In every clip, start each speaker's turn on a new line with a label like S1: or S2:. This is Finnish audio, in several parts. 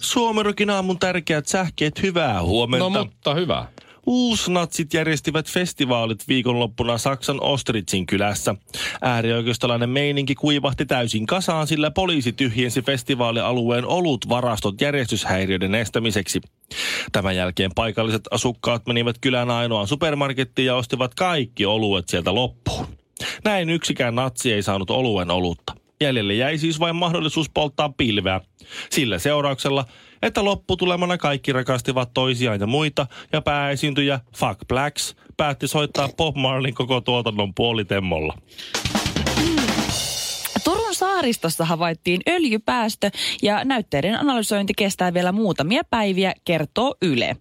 S1: Suomerokin aamun tärkeät sähkeet, hyvää huomenta.
S2: No mutta hyvä.
S1: Uusnatsit järjestivät festivaalit viikonloppuna Saksan Ostritsin kylässä. Äärioikeistolainen meininki kuivahti täysin kasaan, sillä poliisi tyhjensi festivaalialueen olut varastot järjestyshäiriöiden estämiseksi. Tämän jälkeen paikalliset asukkaat menivät kylän ainoaan supermarkettiin ja ostivat kaikki oluet sieltä loppuun. Näin yksikään natsi ei saanut oluen olutta. Jäljelle jäi siis vain mahdollisuus polttaa pilveä. Sillä seurauksella, että lopputulemana kaikki rakastivat toisiaan ja muita, ja pääesiintyjä Fuck Blacks päätti soittaa Bob Marlin koko tuotannon puolitemmolla.
S3: Turun saaristossa havaittiin öljypäästö ja näytteiden analysointi kestää vielä muutamia päiviä, kertoo Yle.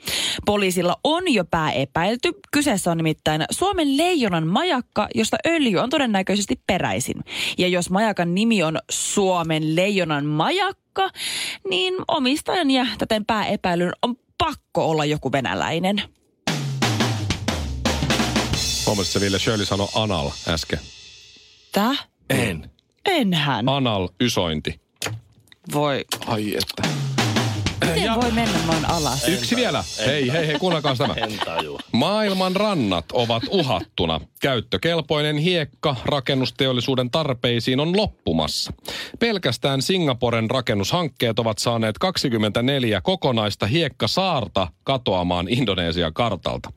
S3: Poliisilla on jo pää epäilty. Kyseessä on nimittäin Suomen leijonan majakka, josta öljy on todennäköisesti peräisin. Ja jos majakan nimi on Suomen leijonan majakka, niin omistajan ja täten pääepäilyn on pakko olla joku venäläinen.
S2: Huomasitko Ville Shirley sanoi anal äsken?
S3: Täh?
S1: En.
S3: Enhän.
S2: Anal ysointi.
S3: Voi.
S2: Ai että.
S3: Miten voi mennä noin alas?
S2: Yksi vielä. Hei, hei, hei, kuunnelkaa tämä.
S1: En tajua.
S2: Maailman rannat ovat uhattuna. Käyttökelpoinen hiekka rakennusteollisuuden tarpeisiin on loppumassa. Pelkästään Singaporen rakennushankkeet ovat saaneet 24 kokonaista hiekkasaarta katoamaan Indonesian kartalta.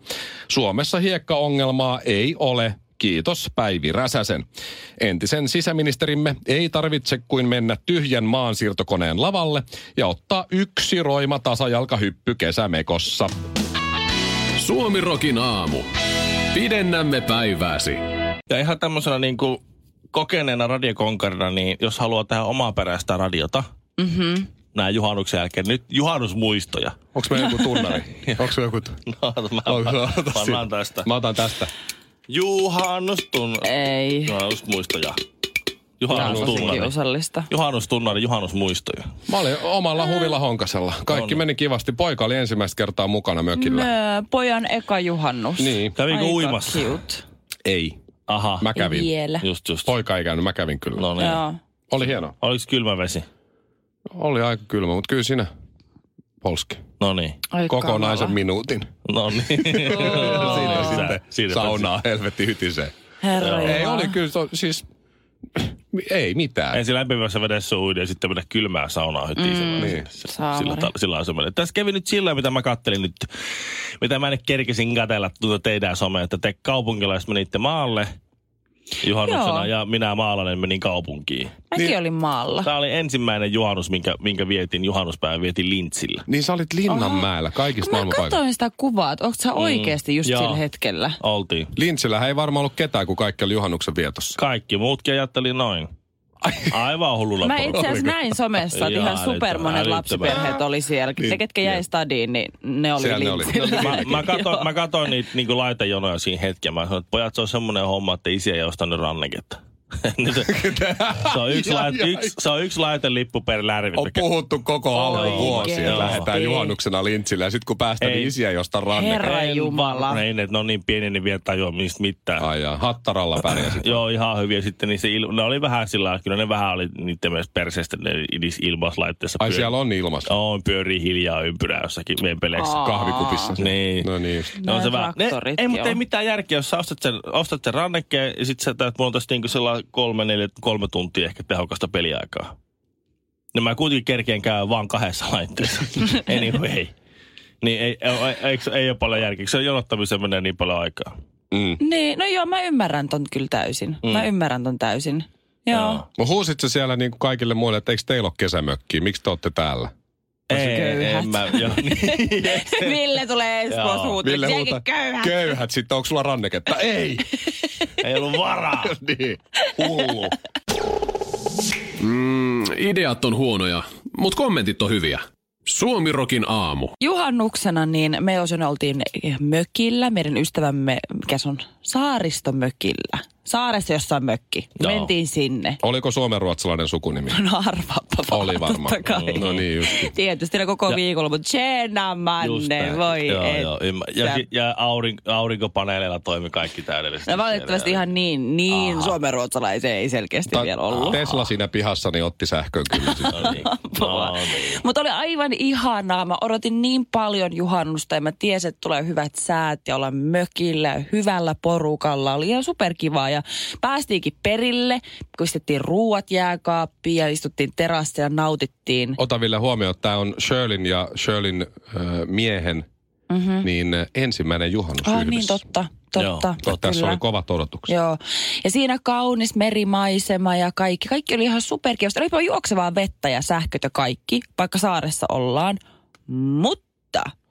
S2: Suomessa hiekkaongelmaa ei ole. Kiitos Päivi Räsäsen. Entisen sisäministerimme ei tarvitse kuin mennä tyhjän maansiirtokoneen lavalle ja ottaa yksi roima tasajalkahyppy kesämekossa.
S4: Suomi Rokin aamu. Pidennämme päivääsi.
S1: Ja ihan tämmöisenä niin kuin kokeneena radiokonkarina, niin jos haluaa tehdä omaa peräistä radiota, mm-hmm. näin juhannuksen jälkeen, nyt juhannusmuistoja.
S2: Onko meillä joku tunnari? Onko meillä joku...
S1: No, mä,
S2: Oh,
S1: mä,
S2: hyvä.
S1: mä, annan tästä.
S2: Mä otan tästä.
S1: Juhannustun...
S3: Ei.
S1: Juhannusmuistoja.
S3: Tämä on tosi
S1: Juhannustunnari.
S3: kiusallista.
S1: Juhannustunnari, juhannusmuistoja.
S2: Mä olin omalla huvilla honkasella. Kaikki
S1: No niin.
S2: meni kivasti. Poika oli ensimmäistä kertaa mukana mökillä.
S3: Nö, pojan eka juhannus.
S2: Niin.
S1: Kävikö
S3: Aika
S1: uimassa?
S3: cute.
S2: Ei.
S1: Aha.
S2: Mä kävin.
S3: Vielä.
S1: Just, just.
S2: Poika ei käynyt, mä kävin kyllä.
S1: No niin.
S3: Joo.
S2: Oli hienoa.
S1: Oliko kylmä vesi?
S2: Oli aika kylmä, mutta kyllä siinä polski.
S1: No niin.
S3: Ai
S2: Kokonaisen
S3: kamala.
S2: minuutin.
S1: No niin.
S2: Siinä
S1: Siinä-
S2: sitten
S1: siinä-
S2: saunaa helvetti hytisee.
S3: Herra
S2: Ei,
S3: Jumala.
S2: oli kyllä, to, siis ei mitään.
S1: Ensin lämpimässä vedessä uida ja sitten mennä kylmää saunaa hyttiin. Mm,
S2: Niin.
S1: Sillä, ta- sillä on se menee. Tässä kävi nyt sillä, mitä mä kattelin nyt, mitä mä nyt kerkesin katella tuota teidän somea, että te kaupunkilaiset menitte maalle juhannuksena
S3: Joo.
S1: ja minä maalainen menin kaupunkiin.
S3: Mäkin olin maalla.
S1: Tämä oli ensimmäinen juhannus, minkä, minkä vietin juhannuspäivän, vietin Lintsillä.
S2: Niin sä olit Linnanmäellä
S3: Kun
S2: kaikista
S3: mä
S2: maailmanpaikoista.
S3: katsoin sitä kuvaa, että onko sä oikeasti just
S1: Joo.
S3: sillä hetkellä?
S1: Oltiin.
S2: Lintsillähän ei varmaan ollut ketään, kun kaikki oli juhannuksen vietossa.
S1: Kaikki muutkin ajatteli noin. Aivan hullulla
S3: Mä
S1: porukalla.
S3: itse asiassa näin somessa, että
S1: Ihan
S3: ihan supermonen
S1: älyttömän.
S3: lapsiperheet oli siellä. Se, ketkä jäi stadiin, niin ne oli
S2: Siellä ne oli. No niin,
S3: lintsillä.
S1: Mä, mä, katoin, mä katoin niitä niinku laitejonoja siinä hetken. Mä sanoin, että pojat, se on semmoinen homma, että isi ei ostanut ranneketta. Nyt se- se, on yksi,
S2: Ai,
S1: lait,
S2: ai.
S1: yksi, se on yksi laitelippu per lärvi.
S2: On puhuttu koko alkuvuosi,
S3: Oikeesti.
S2: että lähdetään juhannuksena Lintsille. Ja sitten kun päästään,
S1: Ei.
S2: niin isiä jostain rannekkaan.
S3: Herra Jumala.
S1: Ei ne, ne on niin pieni, niin vielä tajua mistä mitään.
S2: Ai jaa, hattaralla pärjäsit.
S1: Joo, ihan hyviä sitten. Niin se il, ne oli vähän sillä lailla, kyllä ne vähän oli niiden myös perseestä ne niissä ilmauslaitteissa.
S2: Ai siellä on ilmas.
S1: On, pyörii hiljaa ympyrää jossakin vempeleissä.
S3: Aa.
S2: Kahvikupissa.
S1: Niin.
S2: No niin. just.
S1: No,
S3: Nää
S1: se vähän, ne,
S3: traktorit,
S1: ei, mutta
S3: joo.
S1: ei mitään järkeä, jos sä ostat sen, ostat sen rannekkeen ja sit sä täyt, mulla on tässä niinku sellainen kolme, neljä, kolme tuntia ehkä tehokasta peliaikaa. No mä kuitenkin kerkeen käyn vaan kahdessa laitteessa. anyway. Niin ei, ei, ei, ei, ei ole paljon järkeä, kun se jonottamiseen menee niin paljon aikaa.
S2: Mm.
S3: Niin, no joo, mä ymmärrän ton kyllä täysin. Mä ymmärrän ton täysin. Joo.
S2: Mä huusitko siellä niin kuin kaikille muille, että eikö teillä ole kesämökkiä? Miksi te olette täällä?
S1: Ei,
S3: köyhät.
S1: en mä, joo, niin,
S3: Ville tulee
S1: Joo.
S3: Espoossa huutamaan, sielläkin köyhä.
S2: Köyhät, sitten onko sulla ranneketta? Ei!
S1: ei ollut varaa.
S2: niin. Hullu.
S4: Mm, ideat on huonoja, mutta kommentit on hyviä. Suomirokin aamu.
S3: Juhannuksena niin me Osen oltiin mökillä, meidän ystävämme, mikä se on, saaristomökillä. Saaressa jossain mökki.
S1: Joo.
S3: Mentiin sinne.
S2: Oliko suomenruotsalainen sukunimi?
S3: No arvaappa vaan,
S2: Oli varmaan.
S3: totta kai.
S2: No niin just.
S3: Tietysti ne koko
S1: Ja-
S3: viikolla, mutta Jenna
S1: Just
S3: Manne,
S1: näin.
S3: voi
S1: joo,
S3: et.
S1: joo, ymmär- ja,
S3: sä-
S1: si- ja aurinko, aurinkopaneeleilla toimi kaikki täydellisesti.
S3: No valitettavasti
S1: siellä.
S3: ihan niin, niin suomenruotsalaisia ei selkeästi
S2: Ta-
S3: vielä ollut.
S2: Tesla siinä pihassa niin otti sähkön kyllä. siis.
S1: No niin. No niin.
S3: Mutta oli aivan ihanaa. Mä odotin niin paljon juhannusta ja mä tiesin, että tulee hyvät säät ja olla mökillä ja hyvällä porukalla. Oli ihan superkivaa ja päästiinkin perille. Pistettiin ruuat jääkaappiin ja istuttiin terassa ja nautittiin.
S2: Ota vielä huomioon, että tämä on Shirlin ja Shirlin äh, miehen mm-hmm. niin äh, ensimmäinen juhannus
S3: Mhm. Ah,
S2: yhdessä.
S3: niin totta, totta.
S1: Joo,
S2: Että Tässä
S3: kyllä.
S2: oli kovat odotukset.
S3: Joo. Ja siinä kaunis merimaisema ja kaikki. Kaikki oli ihan superkiosta. Olipa juoksevaa vettä ja sähköt ja kaikki, vaikka saaressa ollaan. Mutta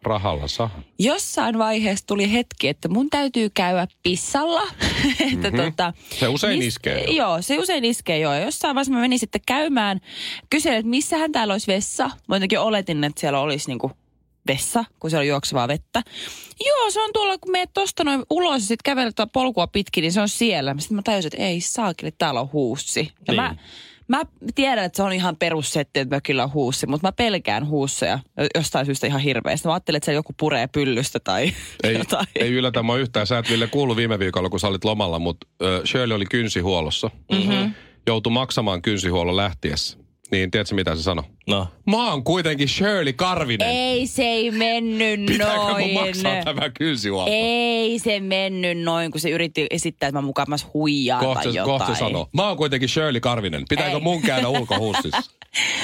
S2: Rahalla saa.
S3: jossain vaiheessa tuli hetki, että mun täytyy käydä pissalla. että tota,
S2: Se usein iskee jo.
S3: Joo, se usein iskee joo. Ja Jossain vaiheessa mä menin sitten käymään, kyselin, että missähän täällä olisi vessa. Mä jotenkin oletin, että siellä olisi niinku vessa, kun siellä on juoksevaa vettä. Joo, se on tuolla, kun meet tosta noin ulos ja sitten kävelet tuota polkua pitkin, niin se on siellä. Sitten mä tajusin, että ei saakeli, täällä on huussi. Ja
S1: Niin.
S3: mä, mä tiedän, että se on ihan perussetti, että mökillä on huussi, mutta mä pelkään huusseja jo- jostain syystä ihan hirveästi. Mä ajattelin, että siellä joku puree pyllystä tai
S2: Ei,
S3: jotain.
S2: ei yllätä mua yhtään. Sä et Ville kuullut viime viikolla, kun sä olit lomalla, mutta ö, Shirley oli kynsihuollossa. Mm-hmm. Joutui maksamaan kynsihuollon lähtiessä. Niin tiedätkö mitä se sanoi?
S1: No,
S2: Mä oon kuitenkin Shirley Karvinen.
S3: Ei, se ei mennyt
S2: Pitääkö
S3: noin.
S2: mun maksaa tämä kynsihuolto?
S3: Ei se mennyt noin, kun se yritti esittää, että mä mukamas huijaan
S2: Kohta,
S3: tai jotain.
S2: kohta sanoo. Mä oon kuitenkin Shirley Karvinen. Pitääkö
S3: Ei.
S2: mun käydä ulkohuussissa?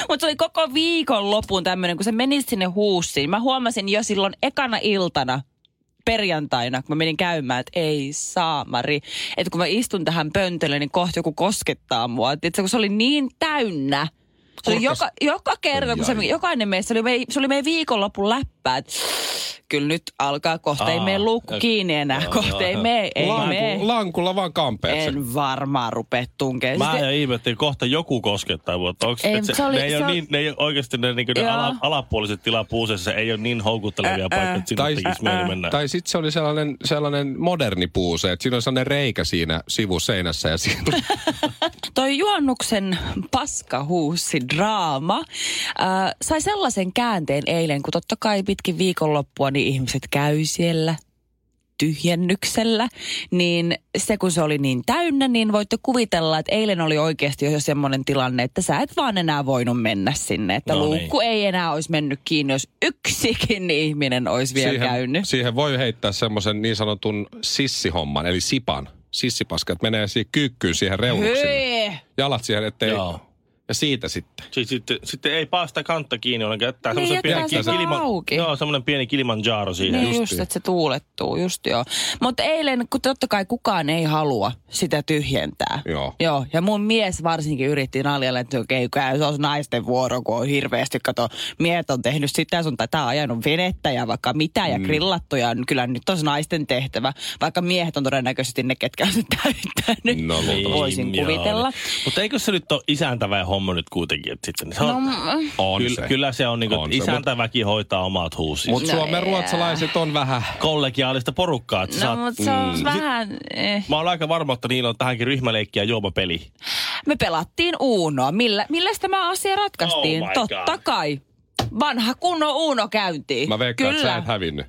S3: Mutta se oli koko viikon lopun tämmöinen, kun se meni sinne huussiin. Mä huomasin jo silloin ekana iltana, perjantaina, kun mä menin käymään, että ei saamari. Että kun mä istun tähän pöntölle, niin kohta joku koskettaa mua. Et Itse, kun se oli niin täynnä. Se oli
S2: Kurkas-
S3: joka, joka kerta, kun se,
S2: Ai, ai.
S3: jokainen meistä, se oli, mei, se oli meidän viikonlopun läppää, että kyllä nyt alkaa, kohta ei
S1: Aa,
S3: mene luukku
S1: ja-
S3: kiinni enää,
S1: joo,
S3: kohta
S1: joo,
S3: ei
S1: joo.
S3: mene, ei mene.
S2: Lanku, lankulla vaan kampeaksi.
S3: En varmaan rupea tunkemaan.
S1: Mä
S3: Sitten-
S1: jo ihmettelin, kohta joku koskettaa mua. että Onks,
S3: Ei,
S1: ei,
S3: mut
S1: se,
S3: se oli-
S1: ne, ei
S3: se
S1: ole
S3: on-
S1: niin, ne ei ole oikeasti ne, niin ne
S3: Joo.
S1: ala, alapuoliset tilapuuseissa, ei ole niin houkuttelevia paikkoja, että sinne
S2: Tai-
S1: tekisi mieli mennä.
S2: Tai sitten se oli sellainen, sellainen moderni puuse, että siinä on sellainen reikä siinä sivuseinässä ja siinä
S3: Toi juhannuksen paskahuussi draama äh, sai sellaisen käänteen eilen, kun totta kai pitkin viikonloppua niin ihmiset käy siellä tyhjennyksellä, niin se kun se oli niin täynnä, niin voitte kuvitella, että eilen oli oikeasti jo semmoinen tilanne, että sä et vaan enää voinut mennä sinne, että
S1: No niin.
S3: luukku ei enää olisi mennyt kiinni, jos yksikin ihminen olisi vielä käynyt.
S2: siihen voi heittää semmoisen niin sanotun sissihomman, eli sipan. Sissipaska, että menee siihen kyykkyyn siihen reunuksille.
S3: Hyi!
S2: Jalat siihen, ettei...
S1: Joo.
S2: Ja siitä sitten.
S1: Siis sitten, sitten ei päästä kantta kiinni ollenkaan. Jättää
S3: Niin,
S1: semmosen
S3: jättää
S1: pienen
S3: sen vaan auki.
S1: Joo, semmoinen pieni Kilimanjaro siihen.
S3: Niin just, että se tuulettuu, just joo. Mutta eilen, kun totta kai kukaan ei halua sitä tyhjentää.
S2: Joo.
S3: Joo, ja mun mies varsinkin yritti naljalle, että okei, okay, se on naisten vuoro, kun on hirveästi, kato, miehet on tehnyt sitä sun tätä, ajanut venettä ja vaikka mitä ja grillattuja, on kyllä nyt on se naisten tehtävä, vaikka miehet on todennäköisesti ne, ketkä on sen täyttänyt.
S2: No,
S1: Niin,
S3: Voisin kuvitella.
S1: Mutta eikö se nyt ole isäntävä homma nyt kuitenkin? Että sitten, se
S3: No,
S1: on,
S2: on
S1: kyllä,
S2: se.
S1: kyllä se on, niin kuin,
S2: On
S1: on
S2: se, mut-
S1: isäntäväki hoitaa omat huusinsa.
S3: No
S2: Mutta suomen ruotsalaiset on vähän...
S1: kollegiaalista porukkaa. Että
S3: No,
S1: saat,
S3: mutta se on vähän... Eh.
S1: Mä oon aika varma, että niillä on tähänkin ryhmäleikki ja juomapeli.
S3: Me pelattiin Uunoa. Millä, millä tämä asia ratkaistiin?
S1: Oh my God.
S3: Totta kai. Vanha kunnon Uuno käyntiin.
S2: Mä veikkaan, että sä
S3: Kyllä.
S2: et hävinnyt.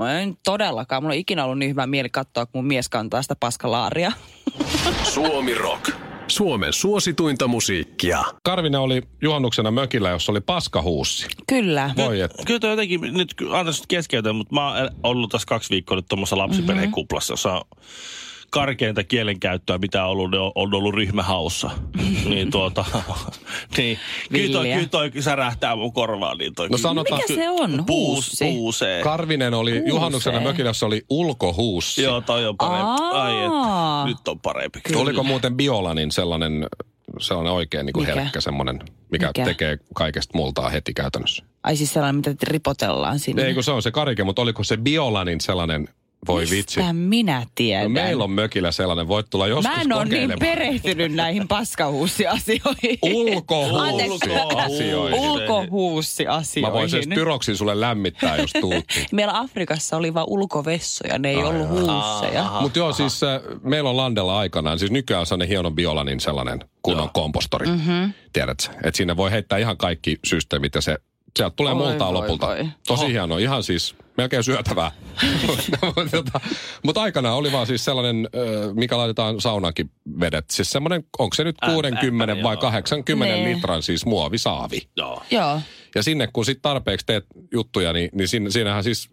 S3: Mä en todellakaan. Mulla on ikinä ollut niin hyvä mieli katsoa, kun mun mies kantaa sitä paskalaaria.
S4: Suomi Rock. Suomen suosituinta musiikkia.
S2: Karvinen oli juhannuksena mökillä, jossa oli paskahuussi.
S3: Kyllä.
S2: Voi et.
S1: Kyllä toi jotenkin, nyt ky- anna nyt keskeytä, mutta mä oon ollut tässä kaksi viikkoa nyt tuommoisessa
S3: Mm-hmm.
S1: lapsiperhekuplassa, jossa on karkeinta kielenkäyttöä, mitä on ollut, ne on on ollut ryhmähaussa. niin tuota, niin, kyllä toi,
S3: Villiä.
S1: kyllä toi särähtää mun korvaan. Niin toi,
S2: No
S1: kyllä-
S2: sanotaan,
S3: Mikä se on?
S1: Puus,
S3: Huussi?
S1: puusee.
S2: Karvinen oli
S3: Kuusee.
S2: juhannuksena mökillä, jossa oli ulkohuussi.
S1: Joo, toi on parempi. Ai,
S3: Aa.
S1: et, nyt on parempi.
S2: Oliko muuten Biolanin sellainen, sellainen oikein niin kuin
S3: Mikä?
S2: herkkä semmoinen, mikä,
S3: Mikä?
S2: mikä tekee kaikesta multaa heti käytännössä?
S3: Ai siis sellainen, mitä ripotellaan sinne.
S2: Ei kun se on se karike, mutta oliko se Biolanin niin sellainen Voi
S3: Mistä
S2: vitsi.
S3: minä
S2: No
S3: tiedän?
S2: meillä on mökillä sellainen, voit tulla joskus
S3: Mä en ole niin
S2: kokeilemaan.
S3: perehtynyt näihin paskahuussiasioihin. Anteeksi.
S2: Ulkohuussiasioihin.
S3: Ulkohuussiasioihin.
S2: Mä voin siis sen pyroksin sulle lämmittää, jos tuut.
S3: Meillä Afrikassa oli vaan ulkovessoja, ne ei ollut huusseja.
S2: Mutta joo, siis äh, meillä on Landella aikanaan, siis nykyään on sellainen hieno biolanin niin sellainen kunnon kompostori. Mm-hmm. Tiedätkö? Että sinne voi heittää ihan kaikki systeemit ja se, sieltä tulee
S3: Oi,
S2: multaa
S3: voi,
S2: lopulta.
S3: voi.
S2: Tosi hieno, ihan siis melkein syötävää. Mutta aikanaan oli vaan siis sellainen, äh, mikä laitetaan saunaankin vedet. Siis semmoinen, onko se nyt 60 vai
S1: joo.
S2: 80
S3: Nee.
S2: litran siis muovisaavi.
S1: Joo.
S3: Joo.
S2: Ja sinne kun sit tarpeeksi teet juttuja, niin, niin siinä, siinähän siis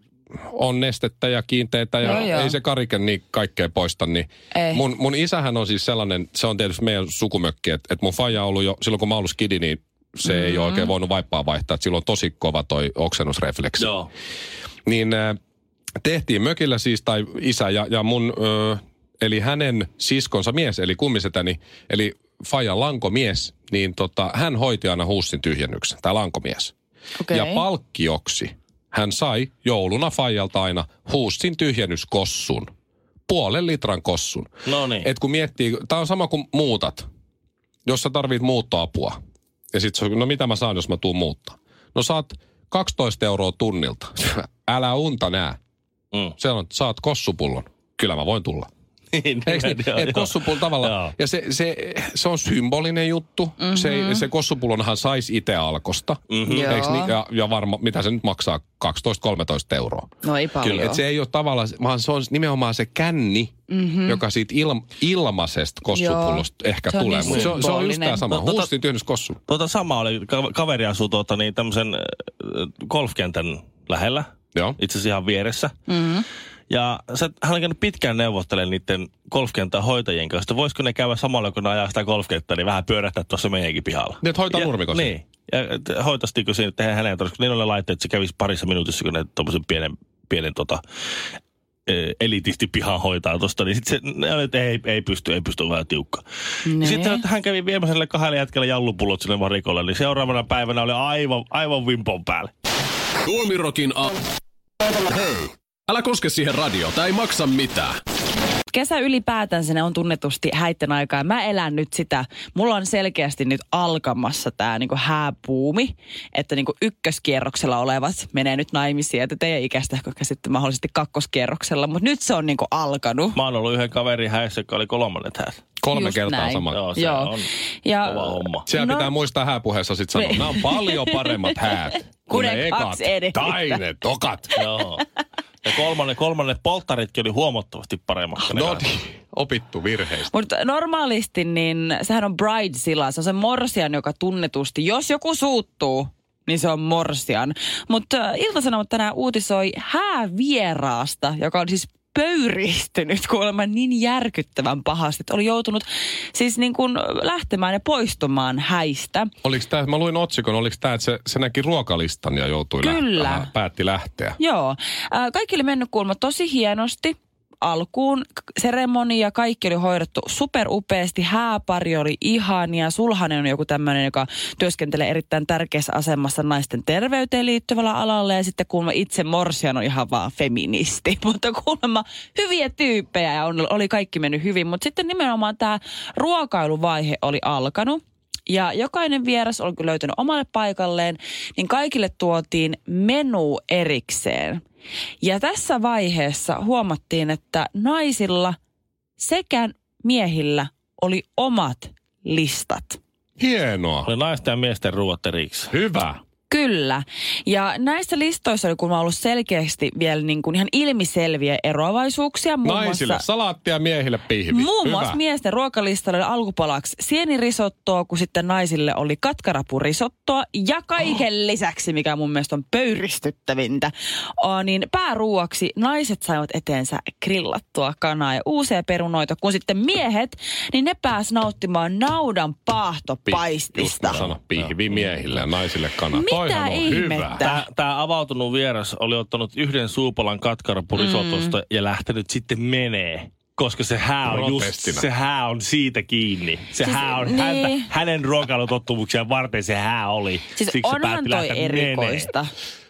S2: on nestettä ja kiinteitä ja
S3: Joo, No joo.
S2: ei se karike niin kaikkea poista. Niin
S3: Ei.
S2: mun, mun isähän on siis sellainen, se on tietysti meidän sukumökki, että et mun faija on ollut jo silloin kun mä oon ollut skidi, niin se mm-hmm. ei ole
S3: Mm.
S2: oikein voinut vaippaa vaihtaa. että Sillä on tosi kova toi oksennusrefleksi.
S1: Joo.
S2: Niin äh, tehtiin mökillä siis, tai isä ja, ja mun, ö, eli hänen siskonsa mies, eli kummisetäni, eli Fajan lankomies, niin tota, hän hoiti aina huussin tyhjennyksen, tämä lankomies.
S3: Okei.
S2: Ja palkkioksi hän sai jouluna Fajalta aina huussin tyhjennyskossun. Puolen litran kossun.
S1: No niin.
S2: Et kun miettii, tämä on sama kuin muutat, jos sä tarvit muuttoapua. Ja sit se on, no mitä mä saan, jos mä tuun muuttaa? No saat 12 euroa tunnilta. Älä unta nää.
S1: Mm.
S2: Se on, saat kossupullon. Kyllä mä voin tulla.
S1: Niin,
S2: Eikö niin?
S1: joo,
S2: Et
S1: joo.
S2: kossupullon tavalla.
S1: Joo.
S2: Ja se, se, se on symbolinen juttu. Mm-hmm. Se, se kossupullonhan saisi itse alkosta. Mm-hmm.
S3: Mhm. Joo.
S2: Niin? Ja, ja varma, mitä se nyt maksaa? 12-13 euroa.
S3: No ei paljon.
S2: Kyllä. Et se ei ole tavallaan, vaan se on nimenomaan se känni, mm-hmm. joka siitä il, ilmaisesta kossupullosta Joo. ehkä
S3: Mhm. Se on
S2: tulee.
S3: niin
S2: Mut se, on, se on just
S3: symbolinen.
S2: tämä sama.
S1: No,
S2: No,
S1: tota-
S2: Huustin tyhjennys kossu.
S1: Tuota sama oli, ka- kaveri asuu tuota, niin tämmöisen äh, golfkentän lähellä,
S2: Joo.
S1: itse asiassa ihan vieressä. Mm-hmm. Ja sä, hän on käynyt pitkään neuvottelemaan niiden golfkentän hoitajien kanssa, että voisiko ne käydä samalla, kun ne ajaa sitä golfkenttää, niin vähän pyörähtää tuossa meidänkin pihalla.
S2: Niin, et hoitaa
S1: Ja-
S2: nurmikossa.
S1: Niin. Ja et hoitaisitko siinä, että hänen ei tarvitse, kun niillä on ne laitteet, että se kävisi parissa minuutissa, kun ne tuommoisen pienen, pienen tota, ö, elitisti pihan hoitaa tuosta, niin sitten se, ne oli, että ei, ei pysty, ei pysty, on vähän tiukka.
S3: Nee.
S1: Niin. Sitten että hän kävi viemäiselle kahdelle jätkelle jallupullot sinne varikolle, niin seuraavana päivänä oli aivan, aivan vimpon päällä.
S4: Tuomirokin a... Hei! Älä koske siihen radio, tai ei maksa mitään.
S3: Kesä ylipäätänsä ne on tunnetusti häitten aikaa. Mä elän nyt sitä. Mulla on selkeästi nyt alkamassa tää niinku hääpuumi, että niinku ykköskierroksella olevat menee nyt naimisiin. Että teidän ikäistä ehkä sitten mahdollisesti kakkoskierroksella, mutta nyt se on niinku alkanut.
S1: Mä oon ollut yhden kaverin häissä, joka oli kolmannet häissä.
S2: Kolme
S3: Just
S2: kertaa
S3: näin.
S2: sama.
S1: Joo, se
S3: Joo.
S1: on
S3: Ja
S1: kova homma.
S2: Siellä
S3: No.
S2: no. pitää muistaa hääpuheessa sitten sanoa,
S3: Me-
S2: nämä on paljon paremmat häät kuin
S3: Kuten
S2: ne ekat
S3: kaksi edellistä.
S2: tai ne tokat.
S1: Joo. Ja kolmannet, kolmannet polttaritkin oli huomattavasti paremmat. kuin ne
S2: No
S1: kaksi.
S2: niin, opittu virheistä.
S3: Mutta normaalisti niin sehän on bridezilla, se on se morsian, joka tunnetusti, jos joku suuttuu, niin se on morsian. Mutta Ilta-Sanomat tänään uutisoi häävieraasta, joka on siis pöyristynyt kuulemma niin järkyttävän pahasti, että oli joutunut siis niin kuin lähtemään ja poistumaan häistä.
S2: Oliko tää, mä luin otsikon, oliko tämä, että se, se näki ruokalistan ja joutui
S3: Kyllä.
S2: Lähteä, päätti lähteä.
S3: Joo. Äh, Kaikki oli mennyt kuulemma tosi hienosti alkuun. K- Seremonia, kaikki oli hoidettu superupeasti. Hääpari oli ihania. Sulhanen on joku tämmöinen, joka työskentelee erittäin tärkeässä asemassa naisten terveyteen liittyvällä alalla. Ja sitten kuulemma itse Morsian on ihan vaan feministi. Mutta kuulemma hyviä tyyppejä ja on, oli kaikki mennyt hyvin. Mutta sitten nimenomaan tämä ruokailuvaihe oli alkanut. Ja jokainen vieras oli kyllä löytänyt omalle paikalleen, niin kaikille tuotiin menu erikseen. Ja tässä vaiheessa huomattiin, että naisilla sekä miehillä oli omat listat.
S2: Hienoa.
S1: Oli naisten ja miesten ruuat eriksi.
S2: Hyvä.
S3: Kyllä. Ja näissä listoissa oli kuulemma ollut selkeästi vielä niin kuin ihan ilmiselviä eroavaisuuksia. Muun
S2: Naisille
S3: muassa-
S2: salaattia, miehille pihvi.
S3: Muun
S2: Hyvä.
S3: muassa miesten ruokalistalla oli alkupalaksi sienirisottoa, kun sitten naisille oli katkarapurisottoa. Ja
S2: Oh.
S3: kaiken lisäksi, mikä mun mielestä on pöyristyttävintä, on, niin pääruuaksi naiset saivat eteensä grillattua kanaa ja uusia perunoita, kun sitten miehet, niin ne pääs nauttimaan naudan
S2: Just mä
S3: paahtopaistista.
S2: sanon, pihvi miehille ja naisille kana. Toihan
S3: Mitä
S2: on hyvä.
S3: ihmettä?
S1: Tää, tää avautunut vieras oli ottanut yhden suupalan katkarapurisottosta mm. ja lähtenyt sitten menee. koska se hää on just,
S2: Protestina.
S1: se hää on siitä kiinni. Se
S3: Siis,
S1: siis, hää on
S3: niin.
S1: niin. häntä, hänen ruokailutottumuksia varten se hää oli.
S3: Siis
S1: Siksi se
S3: onhan
S1: päätti
S3: toi
S1: lähteä menee.
S3: erikoista.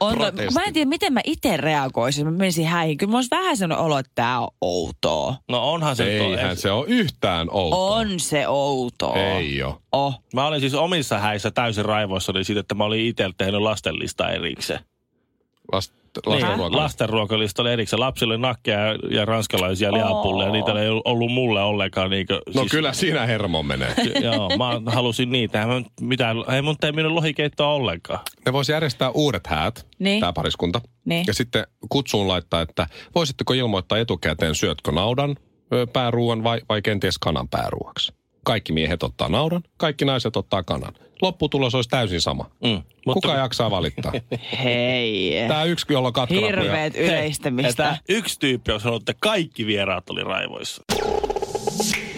S3: On toi,
S2: Protesti.
S3: mä en tiedä, miten mä itse reagoisin. Mä menisin häihin. Kyllä mä olisi vähän sellainen olo, että tää on outoa.
S1: No onhan se nyt on-
S2: Eihän se on yhtään outoa.
S3: On se outoa.
S2: Ei oo.
S3: Oh.
S1: Mä olin siis omissa häissä täysin raivoissa niin siitä, että mä olin itse tehnyt lastenlista erikseen.
S2: Last,
S1: Niin,
S2: lastenruoka.
S1: lastenruokalista oli erikseen. Lapsille oli nakkeja ja- ja ranskalaisia liapulleja.
S3: Oo.
S1: Niitä ei ollut mulle ollenkaan. Niin kuin,
S2: No kyllä siinä hermo menee.
S1: Joo, mä halusin niitä. Eihän Mä, nyt mitään, ei mun tee minun lohikeittoa ollenkaan.
S2: Ne voisi järjestää uudet häät,
S3: Niin.
S2: tämä pariskunta.
S3: Niin.
S2: Ja sitten kutsuun laittaa, että voisitteko ilmoittaa etukäteen, syötkö naudan ö, pääruuan vai, vai kenties kanan pääruuaksi. Kaikki miehet ottaa naudan, kaikki naiset ottaa kanan. Lopputulos olisi täysin sama.
S1: Mm.
S2: Kuka jaksaa valittaa?
S3: Hei.
S2: Tämä yksi, jolla on katkarapuja.
S3: Hirveet yleistämistä.
S1: Ja tää yksi tyyppi on sanonut, että kaikki vieraat oli raivoissa.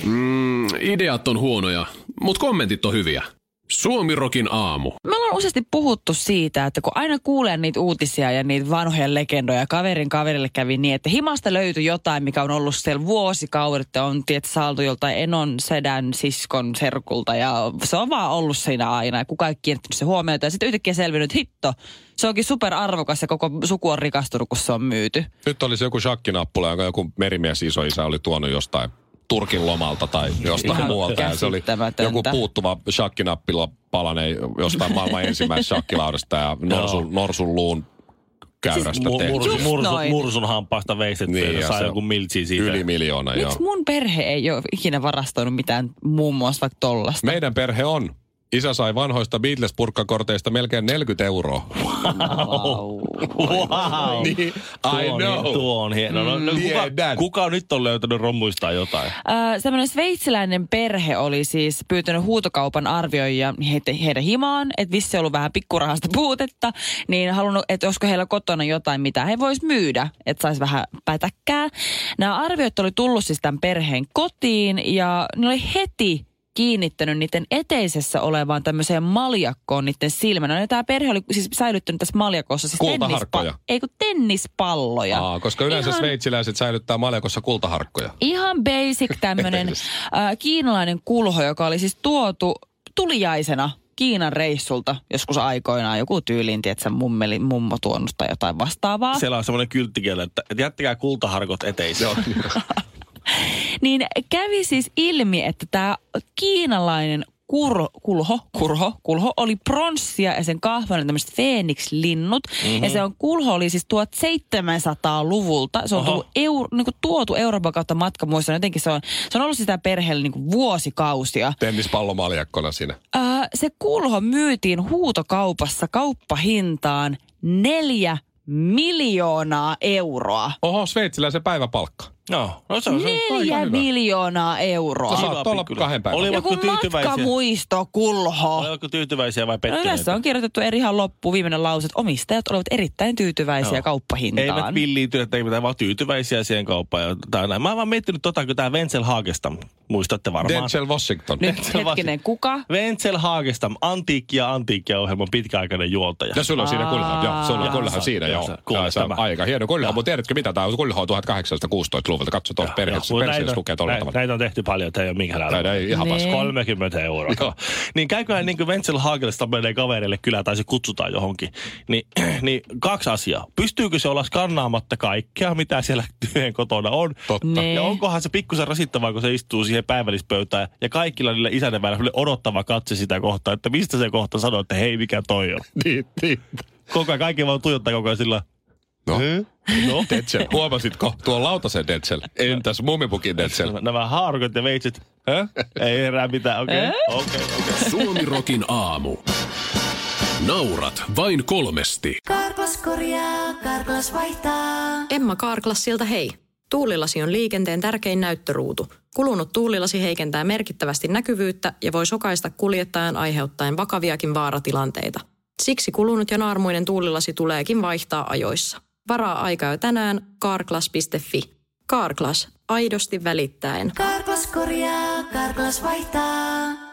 S4: Mm, ideat on huonoja, mutta kommentit on hyviä. Suomirokin aamu.
S3: Me ollaan useasti puhuttu siitä, että kun aina kuulee niitä uutisia ja niitä vanhoja legendoja, kaverin kaverille kävi niin, että himasta löytyi jotain, mikä on ollut siellä vuosikaudet, ja on tietysti saatu joltain enon, sedän, siskon, serkulta ja se on vaan ollut siinä aina ja kukaan ei kiinnittänyt se huomiota ja sitten yhtäkkiä selvinnyt, että hitto, se onkin superarvokas ja koko suku on rikastunut, kun se on myyty.
S2: Nyt olisi joku shakkinappula, jonka joku merimies isoisä oli tuonut jostain Turkin lomalta tai jostain
S3: Ihan
S2: muualta. Ja se oli
S3: käsittämätöntä.
S2: joku puuttuva shakkinappila palane jostain maailman ensimmäisestä shakkilaudasta ja norsun, norsun luun käyrästä
S1: Siis Mu-
S2: tehty.
S1: mursun,
S3: Just
S1: mursun,
S3: noin.
S1: mursun hampaasta veistetty
S2: Niin,
S1: niin,
S2: ja
S1: ja
S2: se
S1: sai
S2: on
S1: joku miltsi siitä.
S2: Yli miljoona, joo.
S3: Miksi mun perhe ei ole ikinä varastoinut mitään muun muassa vaikka tollasta?
S2: Meidän perhe on. Isä sai vanhoista Beatles-purkkakorteista melkein 40 euroa.
S3: Wow.
S1: Wow.
S2: Niin,
S1: Tuo
S2: I
S1: on,
S2: know.
S1: tuo on hieno. No, no, kuka,
S2: Tiedän.
S1: kuka nyt on löytänyt rommuistaan jotain?
S3: Ö, semmoinen sveitsiläinen perhe oli siis pyytänyt huutokaupan arvioijia heitä- heidän himaan, että vissi on ollut vähän pikkurahasta puutetta, niin halunnut, että olisiko heillä kotona jotain, mitä he vois myydä, että saisi vähän pätäkkää. Nämä arviot oli tullut siis tämän perheen kotiin ja ne oli heti kiinnittänyt niiden eteisessä olevaan tämmöiseen maljakkoon niiden silmänä. Ja tämä perhe oli siis säilyttänyt tässä maljakossa siis
S2: Kultaharkkoja.
S3: tennispa- ei kun tennispalloja.
S2: Aa, koska yleensä
S3: Ihan-
S2: sveitsiläiset säilyttää maljakossa kultaharkkoja.
S3: Ihan basic tämmönen
S2: Just.
S3: äh, kiinalainen kulho, joka oli siis tuotu tuliaisena Kiinan reissulta joskus aikoinaan. Joku tyyliin, tietsä, mummeli, mummo tuonut tai jotain vastaavaa.
S1: Siellä on semmoinen kylttikielä, että että jättäkää kultaharkot eteisiin.
S3: Niin kävi siis ilmi, että tämä kiinalainen kur, kulho, kurho, kulho oli pronssia ja sen kahvan oli tämmöiset Phoenix-linnut. Mm-hmm. Ja se on kulho oli siis 1700-luvulta. Se on
S1: Oho.
S3: tullut euro, niin tuotu Euroopan kautta matkamuissa. Jotenkin se on, se on ollut sitä perheellä niin vuosikausia.
S2: Tennispallomaljakkona siinä.
S3: Äh, se kulho myytiin huutokaupassa kauppahintaan neljä miljoonaa euroa.
S2: Oho, sveitsiläisen päiväpalkka.
S1: No, no se on se. on aika
S3: Neljä
S1: hyvä.
S3: miljoonaa euroa.
S2: No,
S1: Kiva
S2: Saat olla
S1: pikkula.
S2: kahden päivän.
S1: Olivatko
S3: Joku
S1: tyytyväisiä?
S3: matkamuisto kulho.
S1: Olivatko tyytyväisiä vai
S3: No
S1: pettyneitä?
S3: yleensä on kirjoitettu eri ihan loppu viimeinen lause, että omistajat olivat erittäin tyytyväisiä
S1: Joo.
S3: kauppahintaan.
S1: Eivät villiytyneet, eivät mitään, vaan tyytyväisiä siihen kauppaan. ja- Tai näin. Mä oon vaan miettinyt tota, kun tää Wenzel Haagestam, muistatte varmaan. Niin.
S2: Denzel Washington.
S3: Nyt
S1: Se vasta-
S3: hetkinen, kuka?
S1: Wenzel Haagestam, antiikkia antiikkia ohjelman pitkäaikainen juontaja.
S2: Ja sulla on siinä kulha, joo, sulla on
S1: Jaa,
S2: kulha
S1: se-
S2: siinä,
S1: joo,
S2: joo.
S1: se- kuulla
S2: Jaa, se on
S1: tämä.
S2: aika hieno kulha, mutta tiedätkö mitä, tämä on kulha on 1816-luvulta, katso tuossa perheessä,
S1: Joo,
S2: perheessä
S1: näitä-
S2: lukee tuolla
S1: näitä-
S2: tavalla.
S1: Näitä on tehty paljon, tämä ei ole minkäänlainen.
S2: Näitä ei ihan
S3: Niin. paska.
S1: 30 euroa.
S2: Joo.
S1: Niin käyköhän niin kuin Wenzel Hagelista menee kavereille kylään tai se kutsutaan johonkin. Niin, niin kaksi asiaa. Pystyykö se olla skannaamatta kaikkea, mitä siellä työn kotona on?
S2: Totta.
S3: Niin.
S1: Ja onkohan se pikkusen rasittavaa, kun se istuu siihen päivällispöytään ja kaikilla niillä isänä välillä semmoinen odottava katse sitä kohtaa, että mistä se kohta sanoo, että hei, mikä toi on.
S2: Niin, niin.
S1: Koko ajan kaikki vaan tuijottaa koko ajan sillä
S2: No,
S1: no.
S2: Denzel, huomasitko tuo lautasen Denzel? Entäs mumipukin Denzel?
S1: Nämä haarukat ja veitsit. Hä? Ei herää mitään, okei. Okay. Okei, okei.
S4: Suomirokin aamu. Naurat vain kolmesti.
S5: Karklas korjaa, Karklas vaihtaa.
S6: Emma Kaarklas siltä hei. Tuulilasi on liikenteen tärkein näyttöruutu. Kulunut tuulilasi heikentää merkittävästi näkyvyyttä ja voi sokaista kuljettajan aiheuttaen vakaviakin vaaratilanteita. Siksi kulunut ja naarmuinen tuulilasi tuleekin vaihtaa ajoissa. Varaa aikaa jo tänään karklas.fi. Karklas, aidosti välittäen.
S5: Karklas korjaa, Karklas vaihtaa.